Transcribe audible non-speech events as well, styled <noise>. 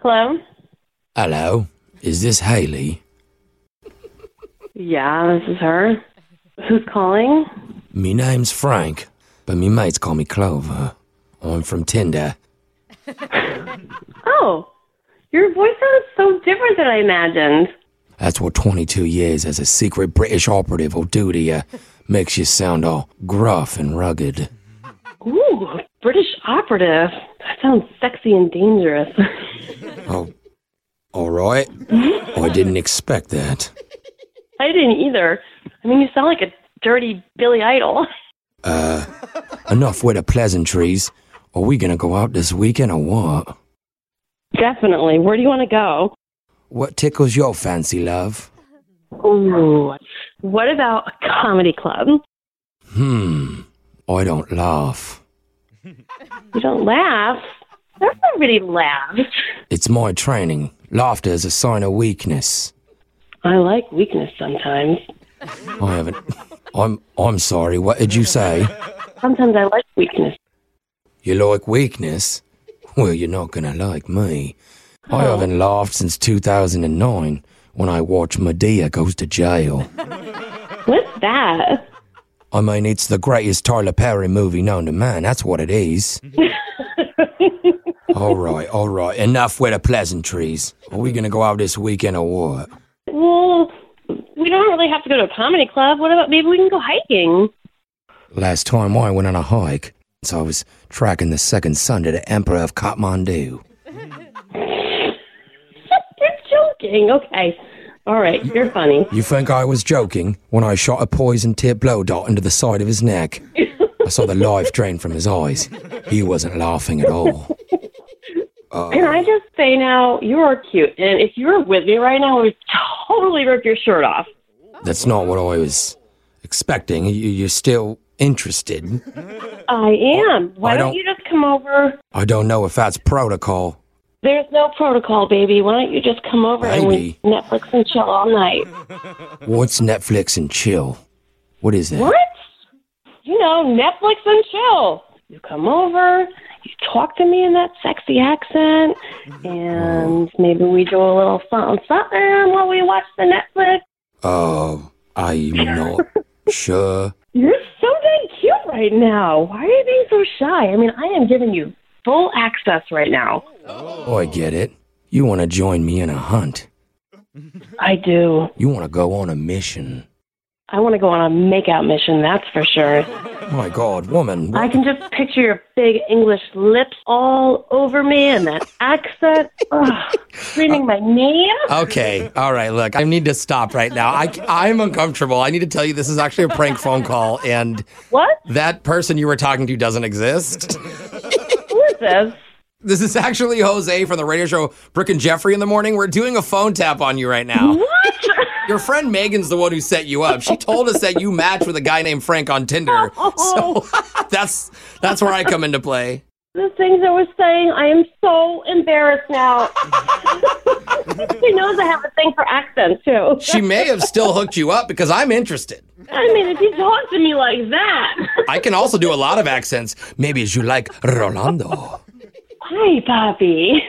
Hello? Hello, is this Haley? Yeah, this is her. <laughs> Who's calling? Me name's Frank, but me mates call me Clover. I'm from Tinder. Oh, your voice sounds so different than I imagined. That's what 22 years as a secret British operative will do to you. Makes you sound all gruff and rugged. Ooh, British operative. That sounds sexy and dangerous. Oh, all right. I didn't expect that. <laughs> I didn't either. I mean, you sound like a dirty Billy Idol. <laughs> Enough with the pleasantries. Are we gonna go out this weekend or what? Definitely. Where do you want to go? What tickles your fancy, love? Ooh, what about a comedy club? Hmm, I don't laugh. You don't laugh. Everybody laughs. It's my training. Laughter is a sign of weakness. I like weakness sometimes. I haven't. I'm. I'm sorry. What did you say? Sometimes I like weakness. You like weakness? Well, you're not gonna like me. I haven't laughed since 2009 when I watched Medea goes to jail. What's that? I mean, it's the greatest Tyler Perry movie known to man. That's what it is. all right, all right. Enough with the pleasantries. Are we gonna go out this weekend or what? Well, we don't really have to go to a comedy club. What about maybe we can go hiking? Last time I went on a hike, so I was tracking the second son to the Emperor of Kathmandu. You're joking. Okay. All right. You're funny. You think I was joking when I shot a poison tip blow dart into the side of his neck? I saw the life drain from his eyes. He wasn't laughing at all. Can Uh-huh. I just say now, you are cute. And if you were with me right now, I would totally rip your shirt off. That's not what I was expecting. You, you're still interested. I am. Why Oh, I don't don't- you just come over? I don't know if that's protocol. There's no protocol, baby. Why don't you just come over and we Netflix and chill all night? What's Netflix and chill? What is that? What? You know, Netflix and chill. You come over, you talk to me in that sexy accent, and maybe we do a little something something while we watch the Netflix. Oh, I'm not sure. You're so dang cute right now. Why are you being so shy? I mean, I am giving you full access right now. Oh, I get it. You want to join me in a hunt. I do. You want to go on a mission. I want to go on a makeout mission, that's for sure. My God, woman. I can just picture your big English lips all over me and that accent. Ugh, screaming my name. Uh, Okay. All right. Look, I need to stop right now. I, I'm uncomfortable. I need to tell you this is actually a prank phone call, and uh, What? that person you were talking to doesn't exist. Who is this? This is actually Jose from the radio show Brooke and Jeffrey in the morning. We're doing a phone tap on you right now. What? Your friend Megan's the one who set you up. She told us that you matched with a guy named Frank on Tinder. So <laughs> that's that's where I come into play. the things that we're saying, I am so embarrassed now. <laughs> she knows I have a thing for accents, too. She may have still hooked you up because I'm interested. I mean, if you talk to me like that. I can also do a lot of accents. Maybe as you like Rolando. Hi, Bobby.